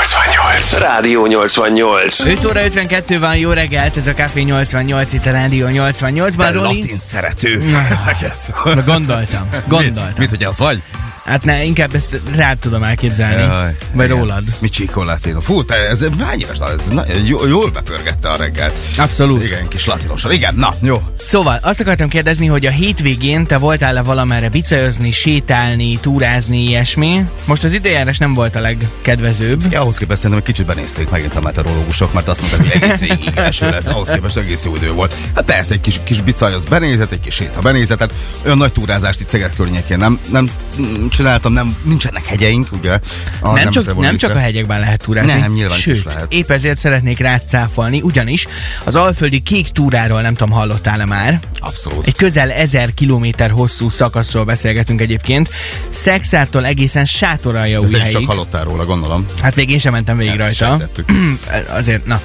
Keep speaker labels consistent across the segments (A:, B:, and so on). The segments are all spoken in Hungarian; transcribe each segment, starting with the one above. A: 88. Rádió 88.
B: 5 óra 52 van, jó reggelt, ez a Café 88, itt a Rádió 88-ban,
C: Te
B: Roli.
C: latin szerető. Ezekhez.
B: Na, Gondoltam,
C: Mit,
B: gondoltam.
C: mit, hogy az vagy?
B: Hát ne, inkább ezt rád tudom elképzelni.
C: Jaj,
B: Vagy
C: igen.
B: rólad.
C: Mi csíkon latino. Fú, te ez hány éves ez, na, jó- jól bepörgette a reggelt.
B: Abszolút.
C: Igen, kis latinosan. Igen, na, jó.
B: Szóval azt akartam kérdezni, hogy a hétvégén te voltál-e valamerre bicajozni, sétálni, túrázni, ilyesmi? Most az időjárás nem volt a legkedvezőbb.
C: Ja, ahhoz képest szerintem egy kicsit benézték megint a meteorológusok, mert azt mondták, hogy egész végig eső lesz, ahhoz képest egész jó idő volt. Hát persze, egy kis, kis bicaj az benézett, egy kis séta benézett, hát olyan nagy túrázást itt Szeged környékén nem, nem mm, csináltam, nem, nincsenek hegyeink, ugye? A
B: nem, csak, nem
C: Nemzeti
B: csak a
C: Bornízsra.
B: hegyekben lehet túrázni.
C: Nem, nyilván itt is
B: Sőt,
C: lehet.
B: épp ezért szeretnék rácáfolni, ugyanis az alföldi kék túráról nem tudom, hallottál-e már?
C: Abszolút.
B: Egy közel 1000 kilométer hosszú szakaszról beszélgetünk egyébként. Szexától egészen sátoralja
C: Tehát csak Hát,
B: újhelyig.
C: hallottál róla, gondolom.
B: Hát még én sem mentem végig
C: Nem,
B: rajta.
C: sejtettük.
B: Azért, na,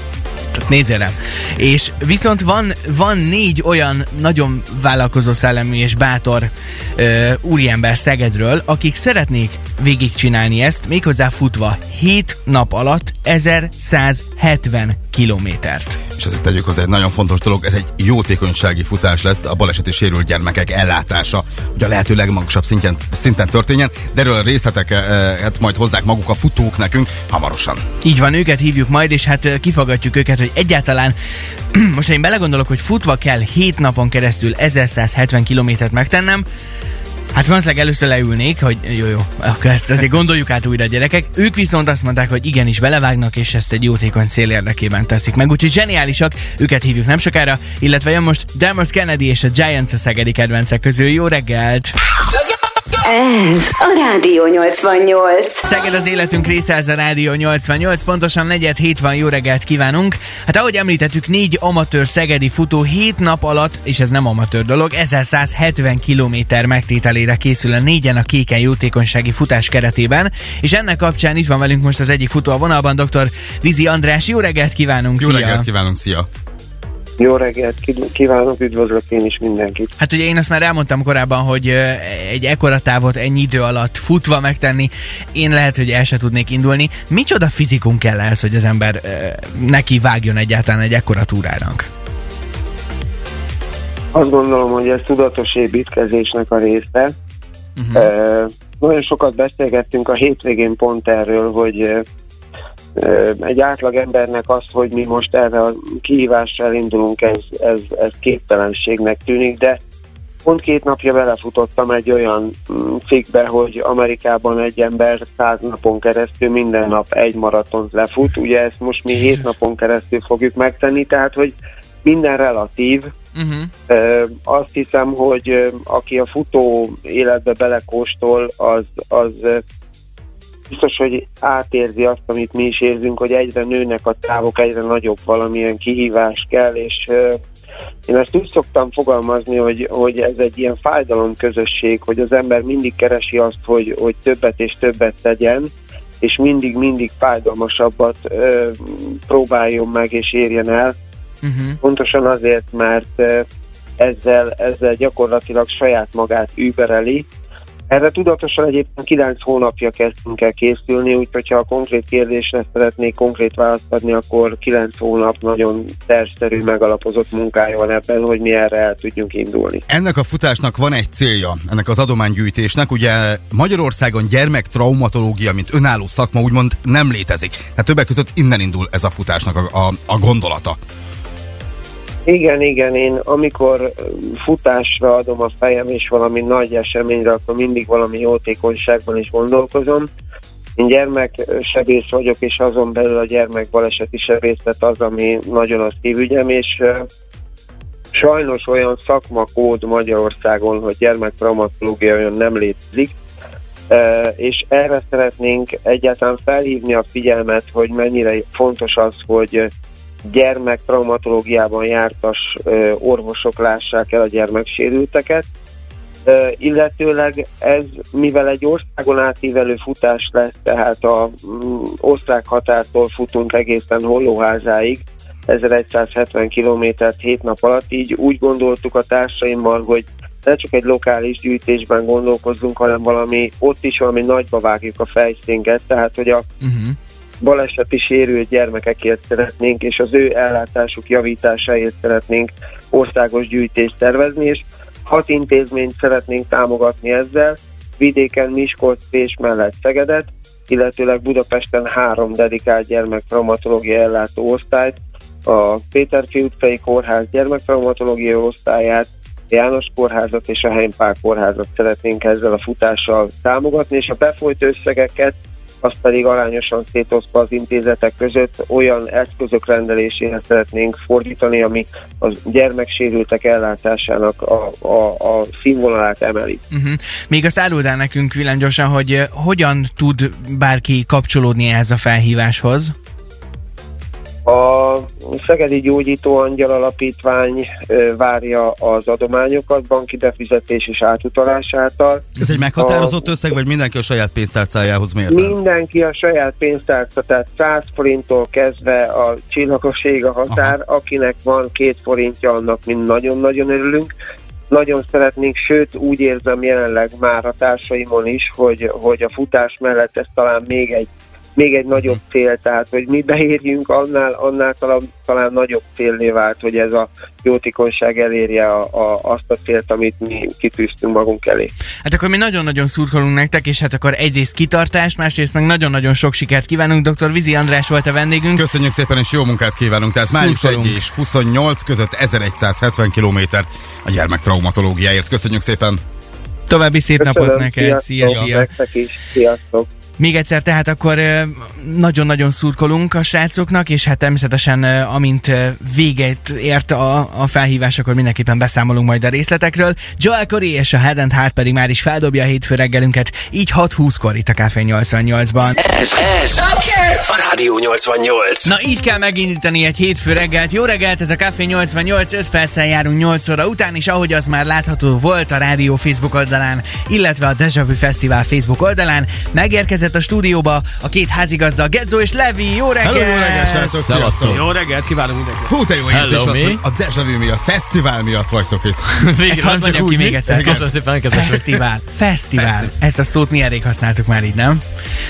B: tehát nézzél rám. És viszont van, van négy olyan nagyon vállalkozó szellemű és bátor ö, úriember Szegedről, akik szeretnék végigcsinálni ezt, méghozzá futva 7 nap alatt 1170 kilométert.
C: És azért tegyük hozzá egy nagyon fontos dolog, ez egy jótékonysági futás lesz, a baleseti sérült gyermekek ellátása, hogy a lehető legmagasabb szinten, szinten történjen, de erről a részleteket majd hozzák maguk a futók nekünk hamarosan.
B: Így van, őket hívjuk majd, és hát ö, kifogatjuk őket, hogy egyáltalán most ha én belegondolok, hogy futva kell 7 napon keresztül 1170 kilométert megtennem, Hát valószínűleg először leülnék, hogy jó, jó, akkor ezt azért gondoljuk át újra gyerekek. Ők viszont azt mondták, hogy igenis belevágnak, és ezt egy jótékony cél érdekében teszik meg. Úgyhogy zseniálisak, őket hívjuk nem sokára, illetve jön most Dermot Kennedy és a Giants a szegedi kedvencek közül. Jó reggelt!
D: Ez a Rádió 88.
B: Szeged az életünk része, ez a Rádió 88, pontosan negyed hét van, jó reggelt kívánunk. Hát ahogy említettük, négy amatőr szegedi futó hét nap alatt, és ez nem amatőr dolog, 1170 km megtételére készül a négyen a kéken jótékonysági futás keretében, és ennek kapcsán itt van velünk most az egyik futó a vonalban, dr. Vizi András, jó reggelt kívánunk,
C: Jó
B: szia!
C: reggelt kívánunk, szia!
E: Jó reggelt ki- kívánok, üdvözlök én is mindenkit.
B: Hát ugye én azt már elmondtam korábban, hogy ö, egy ekkora távot ennyi idő alatt futva megtenni, én lehet, hogy el se tudnék indulni. Micsoda fizikum kell ehhez, hogy az ember ö, neki vágjon egyáltalán egy ekkora túrának?
E: Azt gondolom, hogy ez tudatos építkezésnek a része. Uh-huh. E, nagyon sokat beszélgettünk a hétvégén pont erről, hogy e, e, egy átlag embernek az, hogy mi most erre a kihívásra indulunk, ez, ez, ez képtelenségnek tűnik, de pont két napja belefutottam egy olyan mm, cikkbe, hogy Amerikában egy ember száz napon keresztül minden nap egy maratont lefut. Ugye ezt most mi hét napon keresztül fogjuk megtenni, tehát hogy minden relatív,
B: Uh-huh.
E: Ö, azt hiszem, hogy ö, aki a futó életbe belekóstol, az, az ö, biztos, hogy átérzi azt, amit mi is érzünk, hogy egyre nőnek a távok, egyre nagyobb valamilyen kihívás kell, és ö, én ezt úgy szoktam fogalmazni, hogy, hogy ez egy ilyen fájdalomközösség, hogy az ember mindig keresi azt, hogy, hogy többet és többet tegyen, és mindig-mindig fájdalmasabbat ö, próbáljon meg és érjen el,
B: Uh-huh.
E: Pontosan azért, mert ö, ezzel, ezzel gyakorlatilag saját magát übereli. Erre tudatosan egyébként 9 hónapja kezdtünk el készülni, úgyhogy ha a konkrét kérdésre szeretnék konkrét választ adni, akkor 9 hónap nagyon tervszerű, megalapozott munkája van ebben, hogy mi erre el tudjunk indulni.
C: Ennek a futásnak van egy célja, ennek az adománygyűjtésnek. Ugye Magyarországon gyermektraumatológia, mint önálló szakma úgymond nem létezik. Tehát többek között innen indul ez a futásnak a, a, a gondolata.
E: Igen, igen, én amikor ö, futásra adom a fejem és valami nagy eseményre, akkor mindig valami jótékonyságban is gondolkozom. Én gyermeksebész vagyok, és azon belül a gyermekbaleseti sebészet az, ami nagyon az szívügyem, és ö, sajnos olyan szakmakód Magyarországon, hogy gyermektraumatológia olyan nem létezik, Ö, és erre szeretnénk egyáltalán felhívni a figyelmet, hogy mennyire fontos az, hogy ö, gyermektraumatológiában jártas ö, orvosok lássák el a gyermeksérülteket, Ö, illetőleg ez, mivel egy országon átívelő futás lesz, tehát a mm, osztrák határtól futunk egészen Hollóházáig, 1170 kilométert 7 nap alatt, így úgy gondoltuk a társaimmal, hogy ne csak egy lokális gyűjtésben gondolkozzunk, hanem valami, ott is valami nagyba vágjuk a fejszénket, tehát hogy a
B: Uh-huh.
E: baleseti sérült gyermekekért szeretnénk, és az ő ellátásuk javításáért szeretnénk országos gyűjtést tervezni, és hat intézményt szeretnénk támogatni ezzel, vidéken Miskolc, Pés mellett Szegedet, illetőleg Budapesten három dedikált gyermektraumatológia ellátó osztályt, a Péterfi utcai kórház gyermektraumatológia osztályát, a János kórházat és a Heimpál kórházat szeretnénk ezzel a futással támogatni, és a befolyt összegeket azt pedig arányosan szétosztva az intézetek között olyan eszközök rendelésére szeretnénk fordítani, ami a gyermeksérültek ellátásának a, a, a színvonalát emeli.
B: Uh-huh. Még azt áruld el nekünk villámgyorsan, hogy eh, hogyan tud bárki kapcsolódni ehhez a felhíváshoz?
E: A Szegedi Gyógyító Angyal Alapítvány ö, várja az adományokat banki befizetés és átutalás által.
C: Ez egy meghatározott összeg, vagy mindenki a saját pénztárcájához mérten?
E: Mindenki a saját pénztárca, tehát 100 forinttól kezdve a csillagos ég a határ, akinek van két forintja, annak mind nagyon-nagyon örülünk. Nagyon szeretnénk, sőt úgy érzem jelenleg már a társaimon is, hogy, hogy a futás mellett ez talán még egy még egy nagyobb
B: Mhm.
E: cél, tehát hogy mi beérjünk, annál, annál talán, talán nagyobb célné vált, hogy ez a jótékonyság elérje a, a, azt a célt, amit mi kitűztünk magunk elé.
B: Hát akkor mi nagyon-nagyon szurkolunk nektek, és hát akkor egyrészt kitartást, másrészt meg nagyon-nagyon sok sikert kívánunk. Dr. Vizi András volt a vendégünk.
C: Köszönjük szépen, és jó munkát kívánunk. Tehát május 1
B: Szurkolunk.
C: és 28 között 1170 km a gyermektraumatológiáért. Köszönjük szépen!
B: További szép napot
E: Köszönöm,
B: neked. Szia,
E: sziasztok,
B: szia.
E: Nektek is, sziasztok.
B: Még egyszer tehát akkor ö, nagyon-nagyon szurkolunk a srácoknak, és hát természetesen ö, amint ö, véget ért a, a felhívás, akkor mindenképpen beszámolunk majd a részletekről. Joel Corey és a Head and Heart pedig már is feldobja a hétfő reggelünket, így 6.20-kor itt a Café 88-ban.
A: Ez, ez a Rádió 88.
B: Na így kell megindítani egy hétfő reggelt. Jó reggelt, ez a Café 88, 5 perccel járunk 8 óra után, és ahogy az már látható volt a rádió Facebook oldalán, illetve a Deja Vu Fesztivál Facebook oldalán, megérkezett a stúdióba a két házigazda, Gedzo és Levi. Jó reggelt!
C: Hello, jó reggelt, srácok! Sziasztok!
F: Jó reggelt, kívánunk mindenkinek!
C: Hú, de jó
G: Hello,
C: érzés az,
G: mi?
C: hogy a Deja Vu miatt, a fesztivál miatt vagytok itt.
G: Végre
B: Ezt hadd
G: nem csak
B: mondjam
G: úgy,
B: ki
G: mi?
B: még egyszer.
G: Igen. Köszönöm szépen, kedves
B: Fesztivál, fesztivál. Ezt a szót mi elég használtuk már így, nem?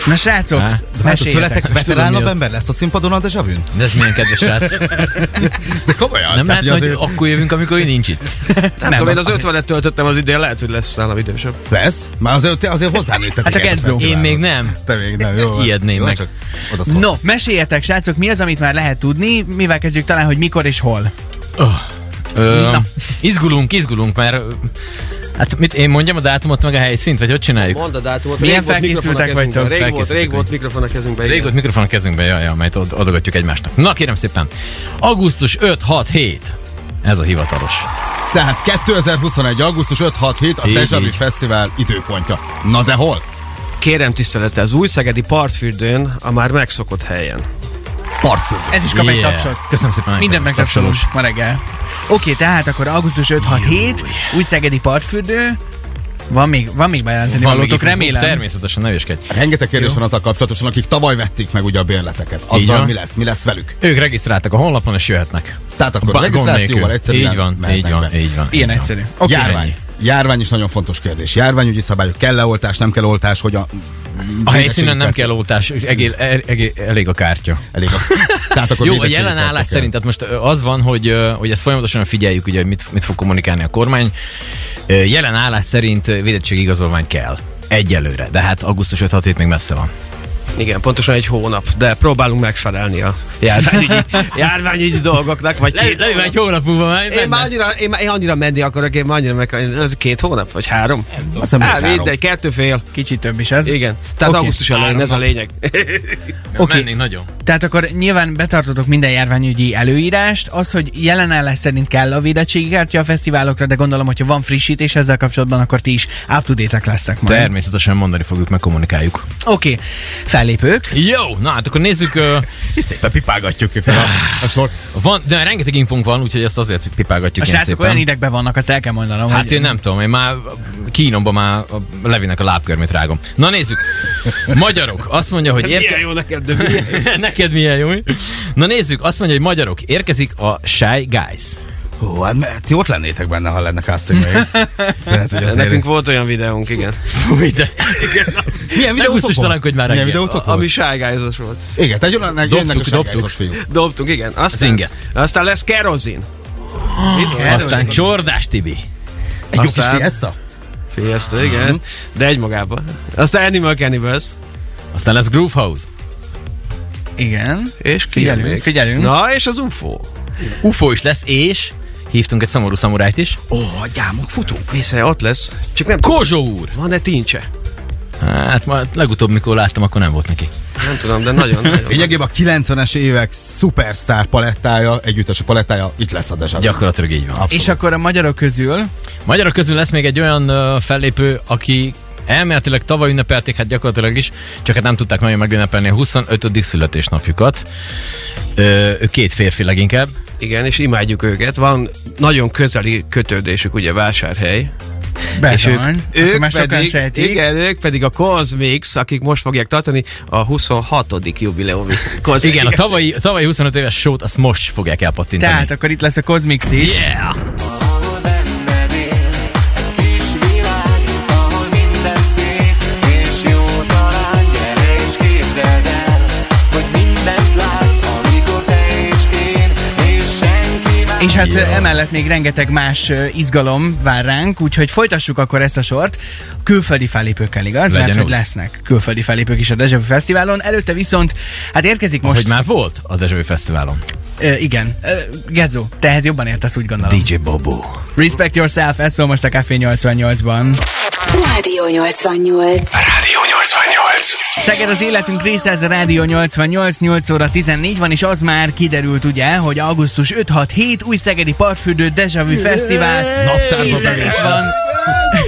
B: Na srácok,
G: Há.
C: Vártok, hát, tőletek
B: meséljetek.
C: veteránabb
G: miatt.
C: ember lesz a színpadon a Deja Vu-n?
G: De ez milyen kedves srác.
C: De komolyan,
G: Nem
C: tehát,
G: lehet,
C: hogy
G: hogy
C: azért
G: akkor jövünk, amikor ő nincs itt.
F: Nem, tudom, én az
B: azért-
F: 50-et töltöttem az idén, lehet, hogy lesz nálam idősebb.
C: lesz, már azért, azért hozzánőttetek
B: Hát csak
C: ehhez
B: Enzo.
C: a
G: Én
C: fesztiválhoz.
G: még nem.
C: Te még nem, jó. van.
G: Ijedném
C: Jó,
G: meg.
C: Csak oda szóltam.
B: No, meséljetek, srácok, mi az, amit már lehet tudni, mivel kezdjük talán, hogy mikor és hol.
G: Ö, izgulunk, izgulunk, mert ö, Hát mit én mondjam a dátumot, meg a helyszínt, vagy hogy csináljuk?
F: Mondd a dátumot.
B: Milyen
F: rég volt
B: felkészültek
F: mikrofon a kezünkben.
B: vagytok?
F: Rég volt,
G: Felkészültek
F: rég volt mikrofon a kezünkben.
G: Rég volt mikrofon a kezünkben, jaj, jaj, majd ad- adogatjuk egymásnak. Na kérem szépen, augusztus 5, 6, 7. Ez a hivatalos.
C: Tehát 2021. augusztus 5-6-7 a
G: Így,
C: Deja Vu
G: így.
C: Fesztivál időpontja. Na de hol?
F: Kérem tisztelettel, az új szegedi partfürdőn, a már megszokott helyen.
C: Partfürdő.
B: Ez is kap egy tapsot.
G: Köszönöm szépen.
B: Minden
G: kedves
B: megtapsolós ma reggel. Oké, tehát akkor augusztus 5-6-7, Újszegedi partfürdő. Van még, van még bejelenteni
G: Van még
B: valótok,
G: ifjú-
B: remélem.
G: Természetesen, ne üskedj.
C: Rengeteg kérdés van azzal kapcsolatosan, akik tavaly vették meg ugye a bérleteket.
G: Így
C: Azzal
G: van.
C: mi lesz? Mi lesz velük?
G: Ők regisztráltak a honlapon, és jöhetnek.
C: Tehát akkor
G: Ba- gond
C: regisztrációval
G: nélkül.
C: egyszerűen
G: Így van,
C: mehetnek
G: így van,
C: be.
G: így van. így
B: Ilyen
G: van.
B: egyszerű. Oké.
C: Járvány.
G: ennyi.
C: Járvány is nagyon fontos kérdés. Járványügyi szabályok, kell-e oltás, nem kell oltás, hogy a...
G: A helyszínen nem kell oltás, egél, el, egél, elég a kártya.
C: Elég a... Tehát akkor
G: Jó, a
C: védettségi
G: jelen állás
C: kártya
G: szerint, tehát most ö, az van, hogy, ö, hogy ezt folyamatosan figyeljük, ugye, hogy mit, mit fog kommunikálni a kormány. Ö, Jelen állás szerint ö, védettségigazolvány kell. Egyelőre, de hát augusztus 5 6 még messze van.
F: Igen, pontosan egy hónap, de próbálunk megfelelni a járványügyi, járványügyi dolgoknak. Vagy két
G: Leül egy hónap múlva már.
F: Én már annyira, én, már- én annyira menni akarok, én már annyira meg... Ez két hónap, vagy három? Nem
C: Azt hiszem,
F: Á,
C: még három.
F: mindegy, kettő fél.
B: Kicsit több is ez.
F: Igen. Tehát
B: Oké.
F: augusztus elején, ez a lényeg.
B: Oké.
G: okay. mennénk nagyon.
B: Tehát akkor nyilván betartotok minden járványügyi előírást. Az, hogy jelen állás szerint kell a védettségi kártya a fesztiválokra, de gondolom, hogyha van frissítés ezzel kapcsolatban, akkor ti is up to date lesztek majd.
G: Természetesen mondani fogjuk, meg kommunikáljuk.
B: Oké, okay. fellépők.
G: Jó, na hát akkor nézzük. ö,
C: Szépen pipálgatjuk ki fel a, a sort.
G: Van, de rengeteg infunk van, úgyhogy ezt azért pipálgatjuk.
B: A
G: ilyen
B: srácok
G: szépen.
B: olyan idegben vannak, azt el kell mondanom.
G: Hát
B: hogy-
G: én nem tudom, én már kínomba már a Levinek a lábkörmét rágom. Na nézzük. Magyarok, azt mondja, hogy
F: Milyen
G: érke...
F: jó neked, de milyen
G: Neked milyen jó. Na nézzük, azt mondja, hogy magyarok, érkezik a Shy Guys.
C: Hú, hát mert ti ott lennétek benne, ha lenne casting Lehet, hogy azért...
F: Nekünk volt olyan videónk, igen.
G: Fúj, de...
C: Milyen
G: gusztus talán, hogy már
C: Milyen
G: reggel.
C: videótok volt?
F: Ami sárgályozós volt.
C: Igen, tehát jönnek, jönnek
G: Dobtuk,
C: a sárgányzós
G: dobtuk.
C: fiúk.
F: Dobtunk, igen. Aztán,
G: inget.
F: aztán lesz kerozin.
G: Aztán Csordás Tibi.
C: Egy jó kis
F: Aztán-
C: fiesta?
F: Fiesta,
B: Mhm.
F: igen. De egymagában. Aztán Animal Cannibals.
G: Aztán lesz Groove House.
B: Igen.
F: És ki
B: Figyelünk,
F: jön még?
B: figyelünk.
F: Na, és az UFO.
G: UFO is lesz, és hívtunk egy szomorú szamurájt is.
C: Ó, a gyámok futunk.
F: Hiszen ott lesz. Csak nem tudom,
G: Kozsó úr!
F: van-e tincse?
G: Hát ma legutóbb, mikor láttam, akkor nem volt neki.
F: Nem tudom, de nagyon, nagyon.
C: Lényegében a 90-es évek szupersztár palettája, együttes a palettája, itt lesz a Dejan.
G: Gyakorlatilag így van.
B: És akkor a magyarok közül
G: Magyarok közül lesz még egy olyan ö, fellépő, aki elméletileg tavaly ünnepelték, hát gyakorlatilag is, csak hát nem tudták nagyon megünnepelni a 25. születésnapjukat. Ö, Ő két férfi leginkább.
F: Igen, és imádjuk őket. Van nagyon közeli kötődésük, ugye vásárhely. És ők,
B: Bezony, ők
F: ők
B: már sokan
F: pedig,
B: sejtik.
F: igen, ők pedig a Cosmix, akik most fogják tartani a 26. jubileumi Cosmix.
G: Igen, a tavalyi, a tavalyi 25 éves sót azt most fogják elpattintani.
B: Tehát akkor itt lesz a Cosmix is.
G: Yeah!
B: És hát
G: Ja.
B: yeah. emellett még rengeteg más ö, izgalom vár ránk, úgyhogy folytassuk akkor ezt a sort külföldi fellépőkkel, igaz?
G: Legyen
B: Mert hogy
G: úgy.
B: lesznek külföldi fellépők is a Deja Vu Fesztiválon. Előtte viszont, hát érkezik most...
G: Hogy már volt a Dezsői Fesztiválon.
B: Ö, igen. Ö, Gezo, te ehhez jobban értesz, úgy gondolom.
G: DJ Bobo.
B: Respect yourself, ez szól most a Café 88-ban.
D: Rádió 88.
A: Rádió 88.
B: Seged az életünk része, ez a Rádió 88, 8 óra 14 van, és az már kiderült ugye, hogy augusztus 5-6-7 új szegedi partfürdő Deja Vu Fesztivál.
C: Naptárba
B: Hiszen
C: belépve.
B: itt van.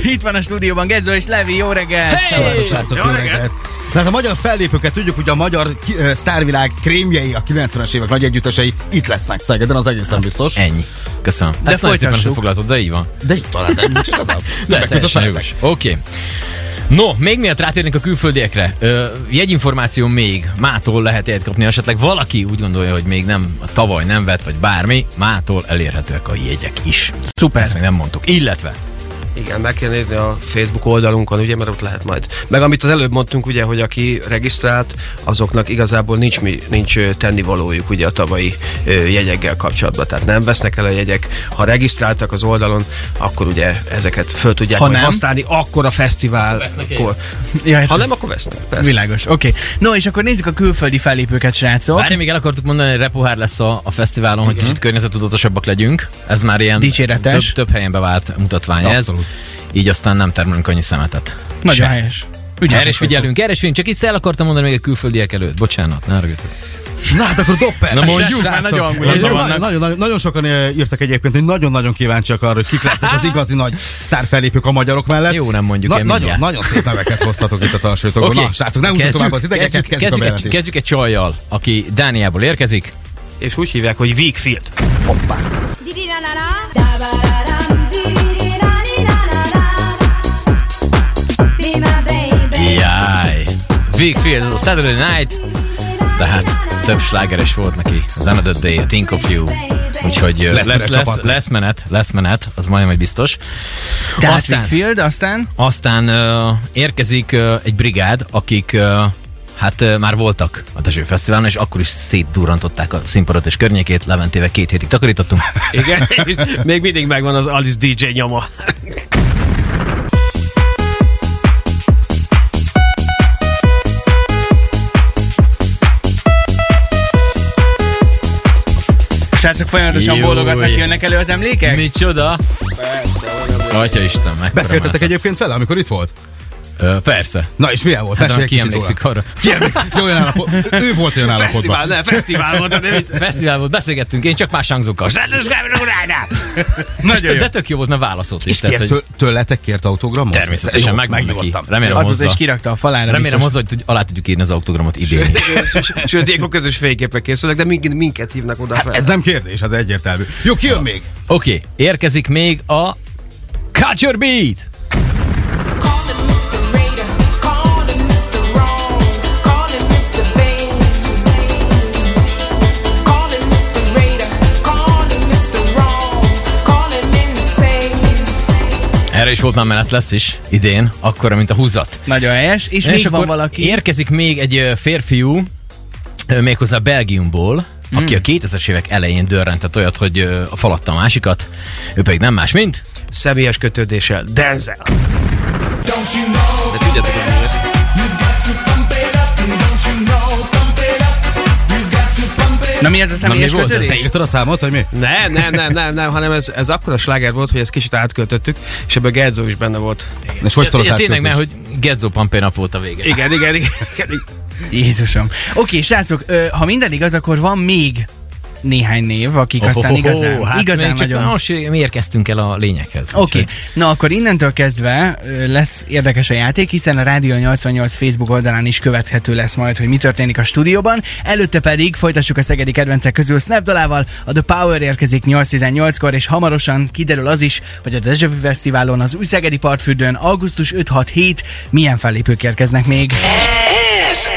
B: Itt van a stúdióban Gezo és Levi, jó reggelt!
C: Sziasztok, Szóval srácok, jó reggelt! Tehát a magyar fellépőket tudjuk, hogy a magyar ki- ö, sztárvilág krémjei, a 90-es évek nagy együttesei itt lesznek Szegeden, az egészen biztos.
G: Ennyi. Köszönöm. De Ezt nagyon szépen
B: folytassuk.
G: összefoglaltad, de így van.
C: De itt talán nem, csak az a
G: De
C: többek között
G: teljesen
C: veletek.
G: jogos. Oké. Okay. No, még miatt rátérnénk a külföldiekre, ö, jegyinformáció még, mától lehet jegyet kapni, esetleg valaki úgy gondolja, hogy még nem, tavaly nem vett, vagy bármi, mától elérhetőek a jegyek is.
B: Szuper!
G: Ezt még nem mondtuk. Illetve,
F: Igen, meg kell nézni a Facebook oldalunkon, ugye, mert ott lehet majd. Meg amit az előbb mondtunk, ugye, hogy aki regisztrált, azoknak igazából nincs, mi, nincs ö, tennivalójuk ugye a tavalyi ö, jegyekkel kapcsolatban. Tehát nem vesznek el a jegyek. Ha regisztráltak az oldalon, akkor ugye ezeket föl tudják
B: Ha
F: majd
B: nem?
F: használni, akkor a fesztivál.
G: vesznek
F: Akkor,
B: Ja,
F: ha
B: hát,
F: nem, akkor vesznek. Persze.
B: világos, oké. Okay. No, és akkor nézzük a külföldi fellépőket, srácok.
G: várj, még el akartuk mondani, hogy repohár lesz a, a fesztiválon,
C: Mhm.
G: hogy kicsit környezetudatosabbak legyünk. Ez már ilyen több,
B: Dicséretes.
G: több helyen bevált mutatvány
C: Abszolút.
G: ez. Így aztán nem termelünk annyi szemetet.
B: Nagyon
G: Se.
B: helyes.
G: Erre is
B: vagytok.
G: figyelünk, erre is figyelünk, csak itt el akartam mondani még a külföldiek előtt. Bocsánat, ne haragudj.
C: Na hát akkor dopper!
G: Na mondjuk,
C: Srácok,
G: már nagyon hangulatban
C: nagyon,
G: vannak.
C: nagyon, nagyon, nagyon sokan ö, írtak egyébként, hogy nagyon-nagyon kíváncsiak arra, hogy kik lesznek az igazi nagy sztárfellépők a magyarok mellett.
G: Jó, nem mondjuk
C: Na,
G: el
C: nagyon,
G: mindjárt.
C: nagyon szép neveket hoztatok itt a talsőtokon.
G: Oké.
C: Na, srácok, nem húzzuk tovább az idegeket, kezdjük, a
G: kezdjük, kezdjük, egy,
C: bejelentést.
G: kezdjük egy csajjal, aki Dániából érkezik.
F: És úgy hívják, hogy Wigfield.
C: Hoppá!
G: Jaj! Végfield, ez a Saturday Night. Tehát több slágeres volt neki. Az Another Day, a Think of You. Úgyhogy ö,
C: Lesz
G: lesz, lesz,
C: mire
G: lesz,
C: csapatni.
G: lesz menet, lesz menet, az majdnem egy biztos.
B: Tehát
G: Aztán-
B: Wickfield, aztán...
G: Aztán ö, érkezik ö, egy brigád, akik ö, hát ö, már voltak a Dezső Fesztiválon, és akkor is szétdurrantották a színpadot és környékét. Leventével két hétig takarítottunk.
F: Igen, és még mindig megvan az Alice DJ nyoma.
B: Srácok folyamatosan
G: Jó,
B: bólogatnak,
G: jé.
B: jönnek elő az emlékek?
G: Micsoda? Atya Isten, mekkora
C: Beszéltetek
G: más lesz.
C: egyébként vele, amikor itt volt?
G: Ö, persze.
C: Na és milyen volt?
G: Hát,
C: Mesélj
G: de
C: egy
G: ki
C: kicsit róla.
G: emlékszik arra?
C: Ki emlékszik? Jó, olyan állapot. Ő volt olyan állapotban.
F: Fesztivál, ne, fesztivál volt, de vicc.
G: Fesztivál volt, beszélgettünk, én csak más hangzókkal. Zsános Gábor Uránál! És
B: Nagyon
G: te-
B: jó.
G: De tök jó volt, mert válaszolt is.
C: És
G: Tehát,
C: kért
G: hogy
C: től, tőletek kért autogramot?
G: természetesen
C: Jó,
G: megvan neki.
C: megnyugodtam.
G: Remélem
B: Azóta
G: hozza.
B: is kirakta a falára.
G: Remélem
B: biztos.
G: hozzá, hogy tud- alá tudjuk írni az autogramot idén. is.
F: Sőt, ilyenkor közös fényképek készülnek, de minket, minket hívnak oda fel.
C: Ez nem kérdés, hát egyértelmű. Jó, ki jön még?
G: Oké, okay, érkezik még a Culture Beat! erre is volt már menet lesz is idén, akkor, mint a húzat.
B: Nagyon helyes. És, és még van valaki.
G: Érkezik még egy ö, férfiú, ö, méghozzá Belgiumból, aki
B: Hmm.
G: a 2000-es évek elején dörrentett olyat, hogy ö, faladta a másikat, ő pedig nem más, mint
F: Személyes kötődéssel. Denzel. De tudjátok, hogy miért?
B: Na mi ez a személyes
G: mi volt ez?
B: kötődés?
C: Te írtad a számot, vagy mi?
F: Nem, nem, nem, nem, nem, hanem ez, ez akkora sláger volt, hogy ezt kicsit átköltöttük, és ebben Gerzó is benne volt.
C: És hogy szól az
G: Ja, Tényleg, mert
C: átköltés?
G: hogy Gedzo Pampé nap volt a vége.
F: Igen, igen, igen. igen.
B: Jézusom. Oké, srácok, ö, ha minden igaz, akkor van még néhány név, akik
G: Ho, ho,
B: aztán
G: ho, ho,
B: igazán,
G: hát
B: igazán
G: még csak
B: nagyon...
G: Most mi érkeztünk el a lényeghez.
B: Oké, okay.
G: úgyhogy-
B: na akkor innentől kezdve ö, lesz érdekes a játék, hiszen a Rádió 88 Facebook oldalán is követhető lesz majd, hogy mi történik a stúdióban. Előtte pedig folytassuk a szegedi kedvencek közül Snapdalával, a The Power érkezik 8.18-kor, és hamarosan kiderül az is, hogy a Deja Vu Fesztiválon az új szegedi partfürdőn augusztus 5-6-7 milyen fellépők érkeznek még.
A: Ez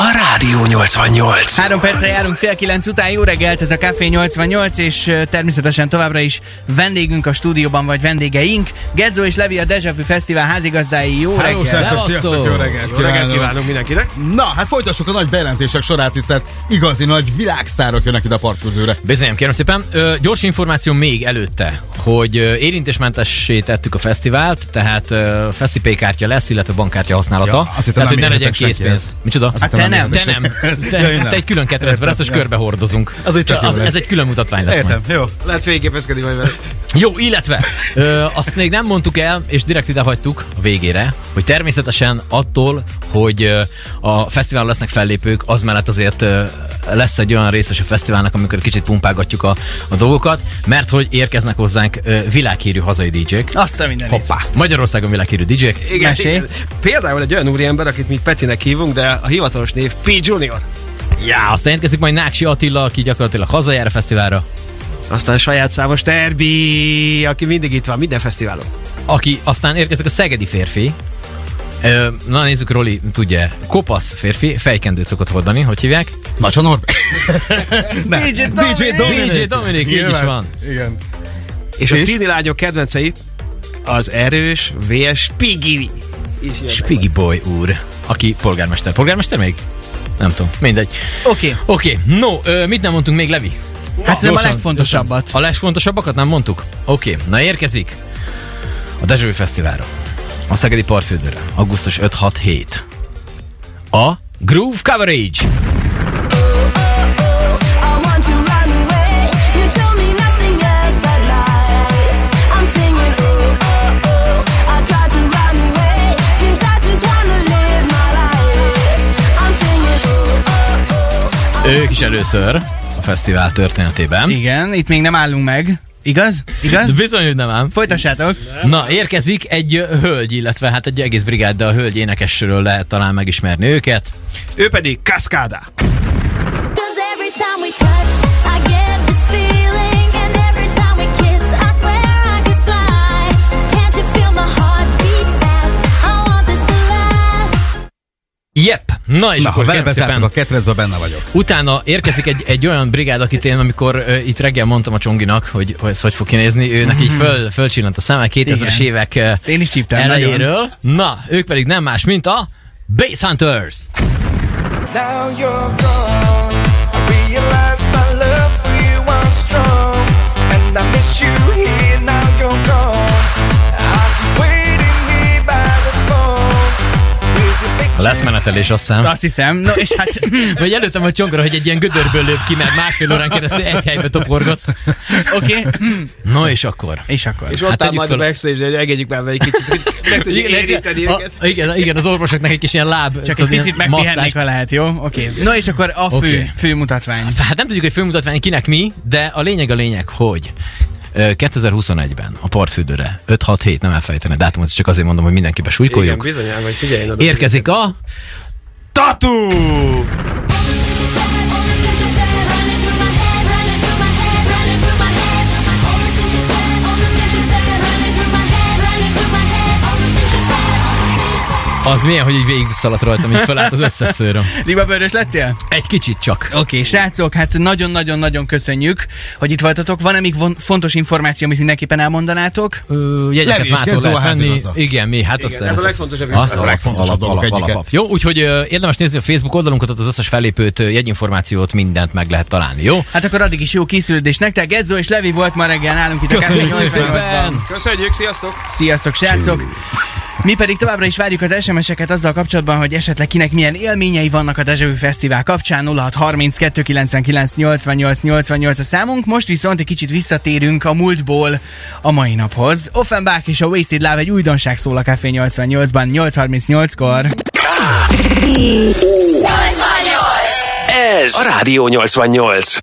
A: a Rádió 88.
B: Három perccel járunk fél kilenc után, jó reggelt, ez a Café 88, és ö, természetesen továbbra is vendégünk a stúdióban, vagy vendégeink. Gedzo és Levi a Deja Vu Fesztivál házigazdái, jó
C: Háló,
B: reggelt!
C: srácok,
G: Szevasztok!
C: sziasztok, jó reggelt
F: Jó reggelt
C: kívánok!
F: kívánok mindenkinek.
C: Na, hát folytassuk a nagy bejelentések sorát, hiszen igazi nagy világsztárok jönnek ide a partfürdőre.
G: Bizonyám, kérem szépen. Ö, gyors információ még előtte, hogy ö, érintésmentessé tettük a fesztivált, tehát ö, fesztipay kártya lesz, illetve bankkártya használata.
C: Ja, azt hittem,
G: tehát,
C: nem
G: hogy ne legyen
C: érhetek
G: készpénz.
C: senkihez.
G: Micsoda?
C: Azt
G: Hát
B: te nem,
C: hittem,
G: de
C: érdemes.
G: nem.
C: Ja, én
G: Te, hát
C: nem.
G: egy külön ketrecbe lesz, és
C: Értem, ja.
G: körbe hordozunk.
C: Az így tök jó lesz.
G: ez egy külön mutatvány lesz majd.
C: Értem, jó.
F: Lehet végigképezkedni majd vele.
G: Jó, illetve ö, azt még nem mondtuk el, és direkt ide hagytuk a végére, hogy természetesen attól, hogy ö, a fesztiválon lesznek fellépők, az mellett azért ö, lesz egy olyan részes a fesztiválnak, amikor kicsit pumpálgatjuk a, a dolgokat, mert hogy érkeznek hozzánk ö, világhírű hazai DJ-k.
B: Azt a mindenit.
G: Hoppá! Magyarországon világhírű DJ-k.
F: Igen,
B: Mesélj.
F: igen. Például egy olyan úriember, akit mi Petinek hívunk, de a hivatalos név P. Junior.
G: Ja, aztán érkezik majd Náksi Attila, aki gyakorlatilag hazajár a fesztiválra,
F: Aztán a saját számos Terbi, aki mindig itt van, minden fesztiválon.
G: aki aztán érkezik a szegedi férfi, Ö, Na nézzük, Roli tudja, kopasz férfi, fejkendőt szokott hordani, hogy hívják?
C: Macsa Norbi. Ne,
B: DJ
C: DJ Dominik.
G: DJ Dominik, így is
C: Nyilván.
G: van.
C: Igen.
F: És, és? a tini lányok kedvencei az erős, vs. Piggy.
G: Spigi Boy úr, aki polgármester. Polgármester még? Nem tudom, mindegy.
B: Oké, okay.
G: Oké, okay, no, ö, mit nem mondtunk még, Levi?
B: hát szerintem a
G: gyorsan,
B: legfontosabbat.
G: A legfontosabbakat nem mondtuk? Oké, okay, na érkezik a Dezsői Fesztiválra, a Szegedi Partfürdőre, augusztus 5-6-7. A Groove Coverage!
H: I want to run away. You told me nothing else but lies. I'm singing oh oh oh. I try to run away 'cause I just wanna live my life. I'm singing oh oh oh.
G: Ők is először a fesztivál történetében.
B: Igen, itt még nem állunk meg. Igaz? Igaz?
G: Ez bizony, hogy nem ám.
B: Folytassátok.
G: Na, érkezik egy ö, hölgy, illetve hát egy egész brigád, de a hölgy énekesről lehet talán megismerni őket.
F: Ő pedig Cascada.
H: 'Cause every time we touch, I get this feeling, and every time we kiss, I swear I could fly. Can't you feel my heart beat fast? I want this to last.
G: Yep, na és
C: Na, ha
G: akkor
C: vele
G: kérem
C: bezártak
G: szépen,
C: a ketrezbe, benne vagyok.
G: Utána érkezik egy, egy olyan brigád, akit én, amikor uh, itt reggel mondtam a Csonginak, hogy, hogy ez hogy fog kinézni, őnek így föl, fölcsillant a szeme
B: Igen.
G: 2000-es évek uh,
B: Én is csíptem. Nagyon.
G: elejéről. Na, ők pedig nem más, mint a Base Hunters.
I: Now you're gone. I realize my love for you was strong, and I miss you here. Now you're gone. I keep waiting here by the phone. With your
G: A lesz
I: picture
G: menetelés, azt hiszem.
B: Azt hiszem. No, és hát
G: Vagy előttem a csongra, hogy egy ilyen gödörből lép ki, mert másfél órán keresztül egy helybe toporgott.
B: oké,
G: Na és akkor.
B: és akkor.
F: És ott
G: Hát
F: áll
G: tegyük
F: majd a
G: fel-
F: backstage, hogy engedjük már meg egy kicsit, hogy meg tudjuk érinteni
G: a,
F: őket.
G: igen, igen, az orvosoknak egy kis ilyen láb.
B: Csak egy
G: tudod, ilyen
B: picit megpihennék,
G: masszást.
B: ha lehet, jó? Oké. Okay. No, és akkor a fő,
G: Oké.
B: okay. fő mutatvány.
G: Hát nem tudjuk, hogy fölmutatvány kinek mi, de a lényeg a lényeg, hogy ö, 2021-ben a partfürdőre 5-6-7, nem elfelejteni a dátumot, csak azért mondom, hogy mindenképpen
F: Igen,
G: súlykoljuk.
F: bizonyám, hogy figyelj oda.
G: Érkezik a...
F: Tatu!
G: Az milyen, hogy így végig szaladt rajtam, így felállt az összes szőröm.
B: Libabőrös lettél?
G: Egy kicsit csak.
B: Oké, okay, srácok, hát nagyon-nagyon-nagyon köszönjük, hogy itt voltatok. Van-e még von- fontos információ, amit mindenképpen elmondanátok?
G: Ö, jegyeket
C: Levés,
G: mától
C: Genzo a
G: lehet venni.
C: házigazda.
G: Igen, mi? Hát azt,
F: ez a
G: azt-
F: legfontosabb
G: azt-
F: része.
C: Ez a legfontosabb dolog egyike.
G: Jó, úgyhogy ö, érdemes nézni a Facebook oldalunkat, ott az összes fellépőt, ö, jegyinformációt, mindent meg lehet találni, jó?
B: Hát akkor addig is jó készülődés nektek. Gedzo és Levi volt ma reggel nálunk itt
C: Köszönjük
B: a Café 88-ban.
G: szépen!
F: Köszönjük, sziasztok!
B: Sziasztok, srácok! Mi pedig továbbra is várjuk az SMS-eket azzal kapcsolatban, hogy esetleg kinek milyen élményei vannak a Dezsevű Fesztivál kapcsán. 0632 99 88 88 a számunk. Most viszont egy kicsit visszatérünk a múltból a mai naphoz. Offenbach és a Wasted Love egy újdonság szól a Café 88-ban 8.38-kor.
A: Ez a Rádió 88.